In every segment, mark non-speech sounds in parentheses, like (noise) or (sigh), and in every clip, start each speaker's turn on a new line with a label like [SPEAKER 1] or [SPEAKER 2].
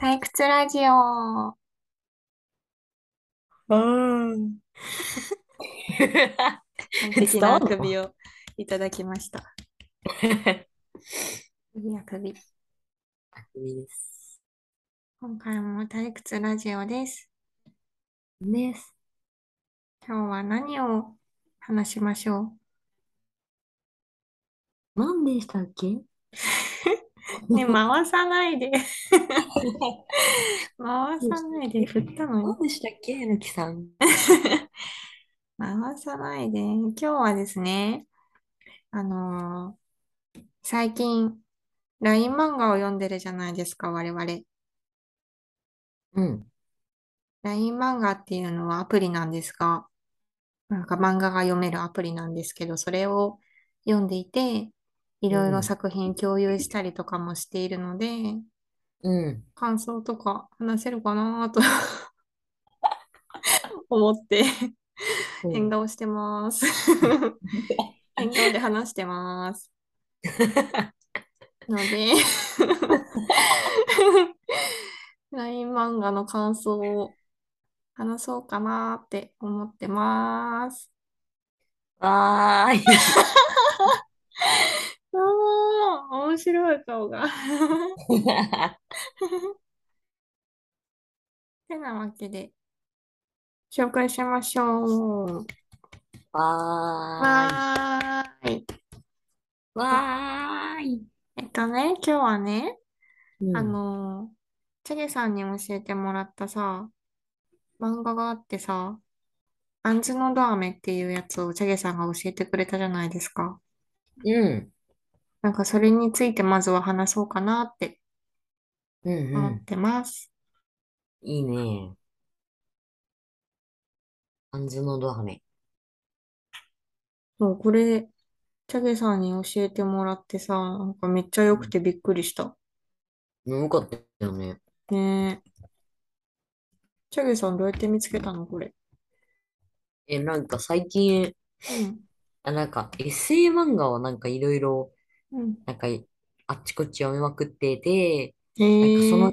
[SPEAKER 1] 退屈ラジオ。
[SPEAKER 2] うーん。 (laughs)
[SPEAKER 1] 完
[SPEAKER 2] 伝
[SPEAKER 1] 璧な
[SPEAKER 2] わ
[SPEAKER 1] あ
[SPEAKER 2] ん
[SPEAKER 1] く
[SPEAKER 2] の
[SPEAKER 1] びを (laughs) いただきました。いいあくび。
[SPEAKER 2] いいです。
[SPEAKER 1] 今回も退屈ラジオです。
[SPEAKER 2] です。
[SPEAKER 1] 今日は何を話しましょ
[SPEAKER 2] 何でしたっけ
[SPEAKER 1] う。ね、回さないで。 (laughs) 回さないで、振ったの (laughs) に。
[SPEAKER 2] 何でしたっけえのきさん。
[SPEAKER 1] 回さないで。今日はですね、あのー最近、LINE 漫画を読んでるじゃないですか、我々。
[SPEAKER 2] うん。
[SPEAKER 1] LINE 漫画っていうのはアプリなんですが、なんか漫画が読めるアプリなんですけど、それを読んでいて、いうろいろ
[SPEAKER 2] ん。
[SPEAKER 1] 作品共有したりとかもしているので、
[SPEAKER 2] うん。
[SPEAKER 1] 感想とか話せるかなと (laughs) 思って
[SPEAKER 2] う
[SPEAKER 1] 変
[SPEAKER 2] ん。
[SPEAKER 1] 顔してます変顔で話してます。ので (laughs) LINE 漫画の感想を話そうかなって思ってます。
[SPEAKER 2] わーい。
[SPEAKER 1] どうも、面白い顔が。 (laughs) てなわけで、紹介しましょう。
[SPEAKER 2] わ
[SPEAKER 1] わー
[SPEAKER 2] ーい。
[SPEAKER 1] い。
[SPEAKER 2] わーい。
[SPEAKER 1] えっとね、今日はね、
[SPEAKER 2] う
[SPEAKER 1] あ
[SPEAKER 2] ん。
[SPEAKER 1] のー、チェゲさんに教えてもらったさ、漫画があってさ、アンズのドアメっていうやつをチェゲさんが教えてくれたじゃないですか。
[SPEAKER 2] うん。
[SPEAKER 1] なんかそれについてまずは話そうかなって
[SPEAKER 2] うん
[SPEAKER 1] 思
[SPEAKER 2] う
[SPEAKER 1] ってます。
[SPEAKER 2] ん。いいね。アンズのドアメ。
[SPEAKER 1] そう、これ、チャゲさんに教えてもらってさ、なんかめっちゃ良くてびっくりした。
[SPEAKER 2] うんよかったよね。
[SPEAKER 1] ねえ。チャゲさんどうやって見つけたのこれ。
[SPEAKER 2] え、なんか最近、
[SPEAKER 1] うん、
[SPEAKER 2] あ、なんか、エッセイ漫画をなんかいろいろ、
[SPEAKER 1] うん。
[SPEAKER 2] なんかい、あっちこっち読みまくってて、なんかそ
[SPEAKER 1] へ
[SPEAKER 2] の、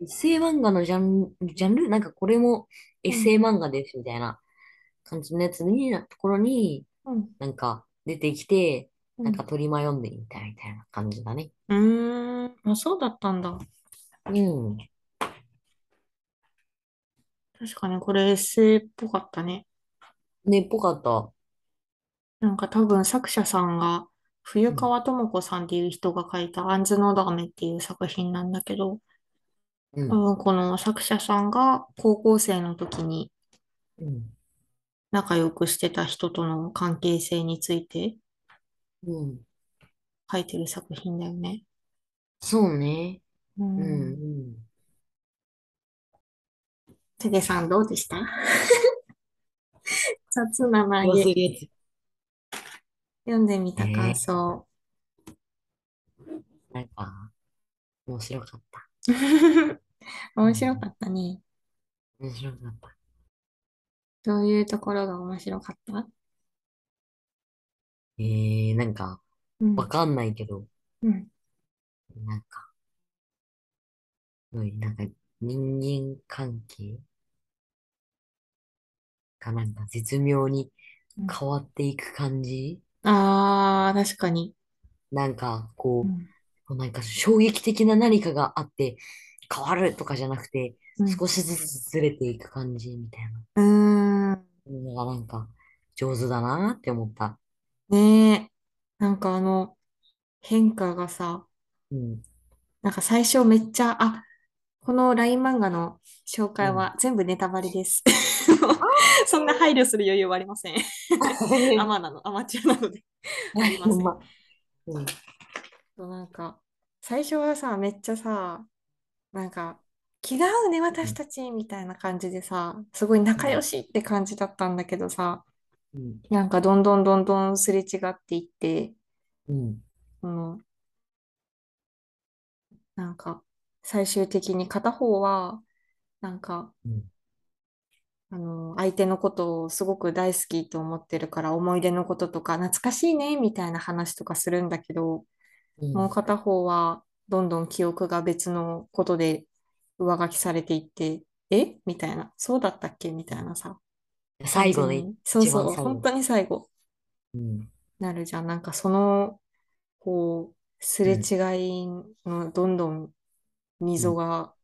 [SPEAKER 1] え。
[SPEAKER 2] エッセイ漫画のジャン、ジャンル、なんかこれもエ
[SPEAKER 1] う
[SPEAKER 2] ッセ
[SPEAKER 1] ん、
[SPEAKER 2] イ漫画ですみたいな感じのやつに、ところに、
[SPEAKER 1] うん、
[SPEAKER 2] なんか出てきて、
[SPEAKER 1] う
[SPEAKER 2] なんか
[SPEAKER 1] ん。
[SPEAKER 2] 取り迷んでみたいみたいな感じだね。
[SPEAKER 1] うーん。あ、そうだったんだ。
[SPEAKER 2] うん。
[SPEAKER 1] 確かにこれエッセイっぽかったね。
[SPEAKER 2] ね、ぽかった。
[SPEAKER 1] なんか多分作者さんが、冬
[SPEAKER 2] うん。
[SPEAKER 1] 川智子さんっていう人が書いたアンズのダメっていう作品なんだけど、
[SPEAKER 2] う
[SPEAKER 1] 多
[SPEAKER 2] ん。
[SPEAKER 1] 分この作者さんが高校生の時に
[SPEAKER 2] うん。
[SPEAKER 1] 仲良くしてた人との関係性について
[SPEAKER 2] うん。
[SPEAKER 1] 書いてる作品だよね。
[SPEAKER 2] そうね。
[SPEAKER 1] う
[SPEAKER 2] うん。
[SPEAKER 1] ん。
[SPEAKER 2] うん。
[SPEAKER 1] てげさんどうでした (laughs) 雑な投
[SPEAKER 2] 良す
[SPEAKER 1] げ。
[SPEAKER 2] ぎる
[SPEAKER 1] 読んでみ
[SPEAKER 2] や
[SPEAKER 1] た
[SPEAKER 2] つ。
[SPEAKER 1] 感
[SPEAKER 2] ね。
[SPEAKER 1] 想。
[SPEAKER 2] なんか、面白かった。う
[SPEAKER 1] 面白
[SPEAKER 2] ん。
[SPEAKER 1] かったね。
[SPEAKER 2] 面白かった。
[SPEAKER 1] どういうところが面白かった
[SPEAKER 2] えー、なんか、
[SPEAKER 1] う
[SPEAKER 2] わ
[SPEAKER 1] ん、
[SPEAKER 2] かんないけど、
[SPEAKER 1] うん、
[SPEAKER 2] なんか、うんなんか、人間関係がなんか絶妙に
[SPEAKER 1] うん。
[SPEAKER 2] 変わっていく感じ
[SPEAKER 1] あー、確かに。
[SPEAKER 2] なんか、
[SPEAKER 1] う
[SPEAKER 2] こ
[SPEAKER 1] ん、
[SPEAKER 2] う、こうなんか衝撃的な何かがあって変わるとかじゃなくて、
[SPEAKER 1] うん。
[SPEAKER 2] 少しずつずれていく感じみたいな
[SPEAKER 1] うーん。
[SPEAKER 2] のがなんか、上手だなって思った。
[SPEAKER 1] ねえ。なんかあの、変化がさ、
[SPEAKER 2] うん、
[SPEAKER 1] なんか最初めっちゃ、あ、この LINE 漫画の紹
[SPEAKER 2] う
[SPEAKER 1] 介
[SPEAKER 2] ん。
[SPEAKER 1] は全部ネタバレです。 (laughs)
[SPEAKER 2] あ
[SPEAKER 1] そんな配慮する余裕はありませんアマなの、アマチュアなのであり
[SPEAKER 2] ー
[SPEAKER 1] ま
[SPEAKER 2] ほ
[SPEAKER 1] せ
[SPEAKER 2] ん
[SPEAKER 1] ん。
[SPEAKER 2] ま。うん、
[SPEAKER 1] そうなんか、最初はさ、めっちゃさ、なんか、気が合うね、
[SPEAKER 2] う
[SPEAKER 1] 私
[SPEAKER 2] ん、
[SPEAKER 1] たち、みたいな感じでさ、すごい仲良しって感じだったんだけどさ、
[SPEAKER 2] うん、
[SPEAKER 1] なんかどんどんどんどんすれ違っていって、
[SPEAKER 2] うん。
[SPEAKER 1] その、なんか、最終的に片方は、なんか、
[SPEAKER 2] うん、
[SPEAKER 1] あの、相手のことをすごく大好きと思ってるから、思い出のこととか、懐かしいね、みたいな話とかするんだけど、
[SPEAKER 2] う。
[SPEAKER 1] もうん片方は、どんどん記憶が別のことで上書きされていって、えみたいな、そうだったっけみたいなさ、感
[SPEAKER 2] 最
[SPEAKER 1] じ
[SPEAKER 2] 後ね、
[SPEAKER 1] に、そう
[SPEAKER 2] 一番
[SPEAKER 1] そう、
[SPEAKER 2] 最
[SPEAKER 1] 本
[SPEAKER 2] 後。
[SPEAKER 1] 当に最後
[SPEAKER 2] うん。
[SPEAKER 1] なるじゃん。なんかその、こう、す
[SPEAKER 2] う
[SPEAKER 1] れ
[SPEAKER 2] ん。
[SPEAKER 1] 違いのどんどん
[SPEAKER 2] う
[SPEAKER 1] 溝
[SPEAKER 2] ん。
[SPEAKER 1] が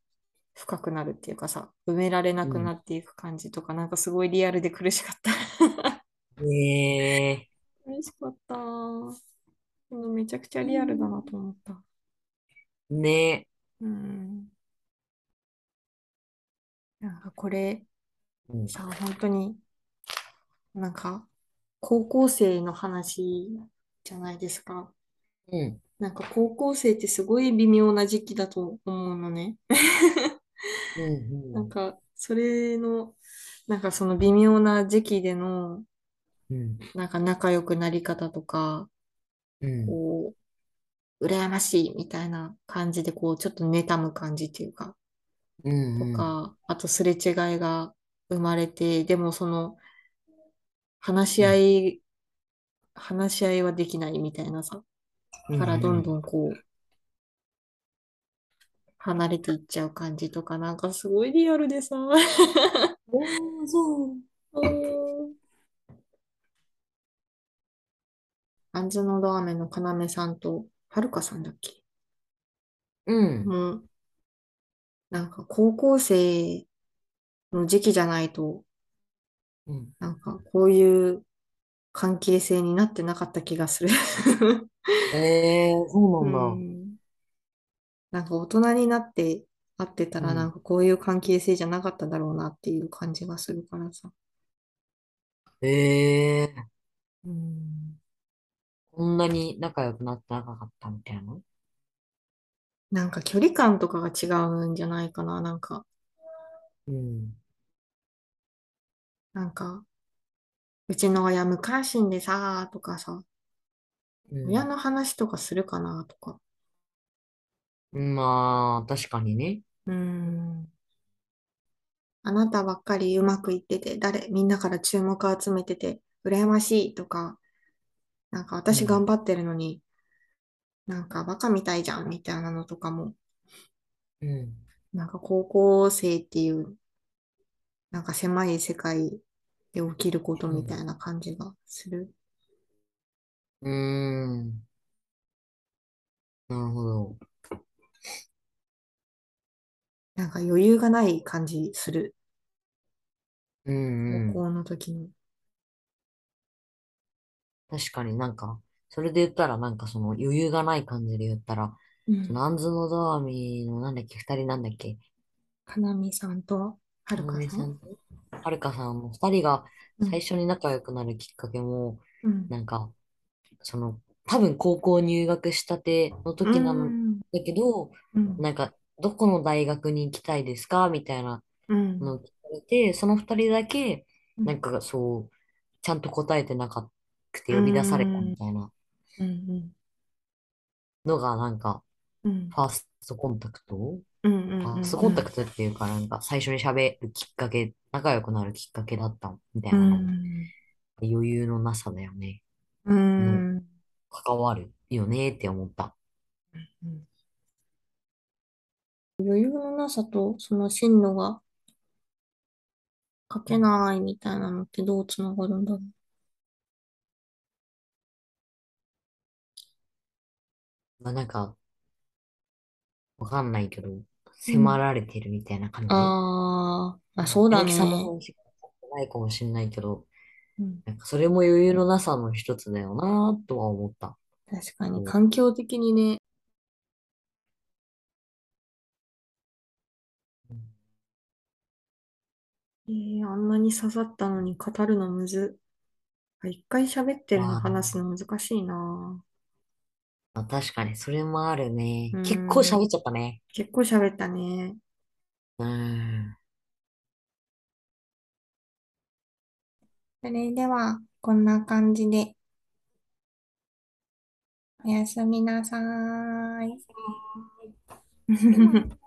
[SPEAKER 1] 深くなるっていうかさ、埋められな
[SPEAKER 2] う。
[SPEAKER 1] くなんっていく感じとか、なんかすごいリアルで苦しかった。
[SPEAKER 2] ええ
[SPEAKER 1] (laughs) 苦しかった。でもめちゃくちゃリアルだなと思った。
[SPEAKER 2] ね
[SPEAKER 1] うん。なんかこれ
[SPEAKER 2] うん。
[SPEAKER 1] さ、本当になんか高校生の話じゃないですか。
[SPEAKER 2] うん。
[SPEAKER 1] なんか高校生ってすごい微妙な時期だと思うのね。
[SPEAKER 2] うん。う
[SPEAKER 1] なん
[SPEAKER 2] ん。
[SPEAKER 1] かそれの、なんかその微妙な時期での、
[SPEAKER 2] うん。
[SPEAKER 1] なんか仲良くなり方とか、
[SPEAKER 2] うん。
[SPEAKER 1] こう、羨ましいみたいな感じで、こう、ちょっと妬む感じっていうか、
[SPEAKER 2] う
[SPEAKER 1] と
[SPEAKER 2] ん。うん
[SPEAKER 1] か、あとすれ違いが生まれて、でもその、話し
[SPEAKER 2] う
[SPEAKER 1] 合
[SPEAKER 2] ん。
[SPEAKER 1] い、話し合いはできないみたいなさ、
[SPEAKER 2] う
[SPEAKER 1] からどん
[SPEAKER 2] ん。
[SPEAKER 1] どんこう、離れていっちゃう感じとか、なんかすごいリアルで (laughs) さ、
[SPEAKER 2] おー、そう。
[SPEAKER 1] うんアンズのドアメの要さんと、はるかさんだっけ
[SPEAKER 2] うん。
[SPEAKER 1] もう、なんか高校生の時期じゃないと、
[SPEAKER 2] うん。
[SPEAKER 1] なんかこういう関係性になってなかった気がする
[SPEAKER 2] ええそう
[SPEAKER 1] う
[SPEAKER 2] なんだ。
[SPEAKER 1] ん。なんか大人になって会ってた
[SPEAKER 2] う
[SPEAKER 1] らなん
[SPEAKER 2] ん。
[SPEAKER 1] かこういう関係性じゃなかっただろうなっていう感じがするからさ。
[SPEAKER 2] ええ
[SPEAKER 1] うん。
[SPEAKER 2] こんなに仲良くなってなかったみたいな。
[SPEAKER 1] なんか距離感とかが違うんじゃないかな。なんか、
[SPEAKER 2] うん。
[SPEAKER 1] なんか、うちの親無関心でさーとかさ、
[SPEAKER 2] う
[SPEAKER 1] 親
[SPEAKER 2] ん。
[SPEAKER 1] の話とかするかなとか。
[SPEAKER 2] まあ、確かにね。
[SPEAKER 1] うん。あなたばっかりうまくいってて、誰、みんなから注目を集めてて、羨ましいとか、なんか
[SPEAKER 2] う
[SPEAKER 1] 私
[SPEAKER 2] ん。
[SPEAKER 1] 頑張ってるのに、なんかバカみたいじゃんみたいなのとかも、
[SPEAKER 2] うん。
[SPEAKER 1] なんか高校生っていう、なんか狭い世界で起きること
[SPEAKER 2] う
[SPEAKER 1] みた
[SPEAKER 2] ん。
[SPEAKER 1] いな感じがする。
[SPEAKER 2] うーん。なるほど。
[SPEAKER 1] なんか余裕がない感じする。
[SPEAKER 2] う
[SPEAKER 1] 高
[SPEAKER 2] んうん。
[SPEAKER 1] 校の時に。
[SPEAKER 2] 確かになんか、それで言ったらなんかその余裕がない感じで言ったら、
[SPEAKER 1] う
[SPEAKER 2] そ
[SPEAKER 1] ん。
[SPEAKER 2] のアンズのドアミのなんだっけ、二人なんだっけ、
[SPEAKER 1] かなみさんとは
[SPEAKER 2] か
[SPEAKER 1] る
[SPEAKER 2] な
[SPEAKER 1] か
[SPEAKER 2] め
[SPEAKER 1] さ
[SPEAKER 2] さ
[SPEAKER 1] ん。
[SPEAKER 2] んとはるかさんの二人が
[SPEAKER 1] う
[SPEAKER 2] 最
[SPEAKER 1] ん。
[SPEAKER 2] 初に仲良くなるきっかけも、
[SPEAKER 1] うん。
[SPEAKER 2] なんか、その、多分高校入学したての
[SPEAKER 1] う
[SPEAKER 2] 時なん
[SPEAKER 1] ん。
[SPEAKER 2] だけど、
[SPEAKER 1] うん。
[SPEAKER 2] なんか、どこの大学に行きたいですかみたいな
[SPEAKER 1] うん。
[SPEAKER 2] のを聞かれて、その二人だけ、
[SPEAKER 1] う
[SPEAKER 2] なん
[SPEAKER 1] ん。
[SPEAKER 2] かそう、ちゃんと答えてなかくて
[SPEAKER 1] う
[SPEAKER 2] 呼び出されたみ
[SPEAKER 1] ん。
[SPEAKER 2] たいな
[SPEAKER 1] うん。
[SPEAKER 2] のが、なんか、
[SPEAKER 1] うん。
[SPEAKER 2] ファーストコンタクト
[SPEAKER 1] うん。う
[SPEAKER 2] フ
[SPEAKER 1] ん。
[SPEAKER 2] ァ
[SPEAKER 1] う
[SPEAKER 2] ースト
[SPEAKER 1] ん。
[SPEAKER 2] コ
[SPEAKER 1] う
[SPEAKER 2] ンタ
[SPEAKER 1] ん。
[SPEAKER 2] クトっていうか、なんか、最初に喋るきっかけ、仲良くなるきっかけだったみた
[SPEAKER 1] う
[SPEAKER 2] いなのも、
[SPEAKER 1] ん。
[SPEAKER 2] 余裕のなさだよね。
[SPEAKER 1] う
[SPEAKER 2] の、
[SPEAKER 1] ん
[SPEAKER 2] 関わるよねって思った。
[SPEAKER 1] うん余裕のなさとその進路が書
[SPEAKER 2] う
[SPEAKER 1] け
[SPEAKER 2] ん
[SPEAKER 1] ないみたいなのってどうつながるんだろう。
[SPEAKER 2] まあ、なんか、わかんないけど、
[SPEAKER 1] う
[SPEAKER 2] 迫
[SPEAKER 1] ん。
[SPEAKER 2] られてるみたいな感じ。
[SPEAKER 1] あーあ、
[SPEAKER 2] うん
[SPEAKER 1] そう
[SPEAKER 2] ひ
[SPEAKER 1] だ
[SPEAKER 2] ろきさんの
[SPEAKER 1] ね。
[SPEAKER 2] 話がないかもしれないけど、
[SPEAKER 1] うん。
[SPEAKER 2] なんかそれも余裕のなさの一つだよなとは思った。
[SPEAKER 1] 確かに
[SPEAKER 2] こ
[SPEAKER 1] 環境的にね。
[SPEAKER 2] ううん
[SPEAKER 1] えー、あんなに刺さったのに語るのむず。あ一回喋ってるの
[SPEAKER 2] まあ、
[SPEAKER 1] 話すの難しいな。
[SPEAKER 2] まあ確かにそれもある
[SPEAKER 1] う
[SPEAKER 2] ね。結構
[SPEAKER 1] ー
[SPEAKER 2] 喋っ
[SPEAKER 1] ん。
[SPEAKER 2] ちゃったね。
[SPEAKER 1] 結構喋ったね。
[SPEAKER 2] うん。
[SPEAKER 1] それでは、こんな感じで、おやすみなさーい。
[SPEAKER 2] バイバイ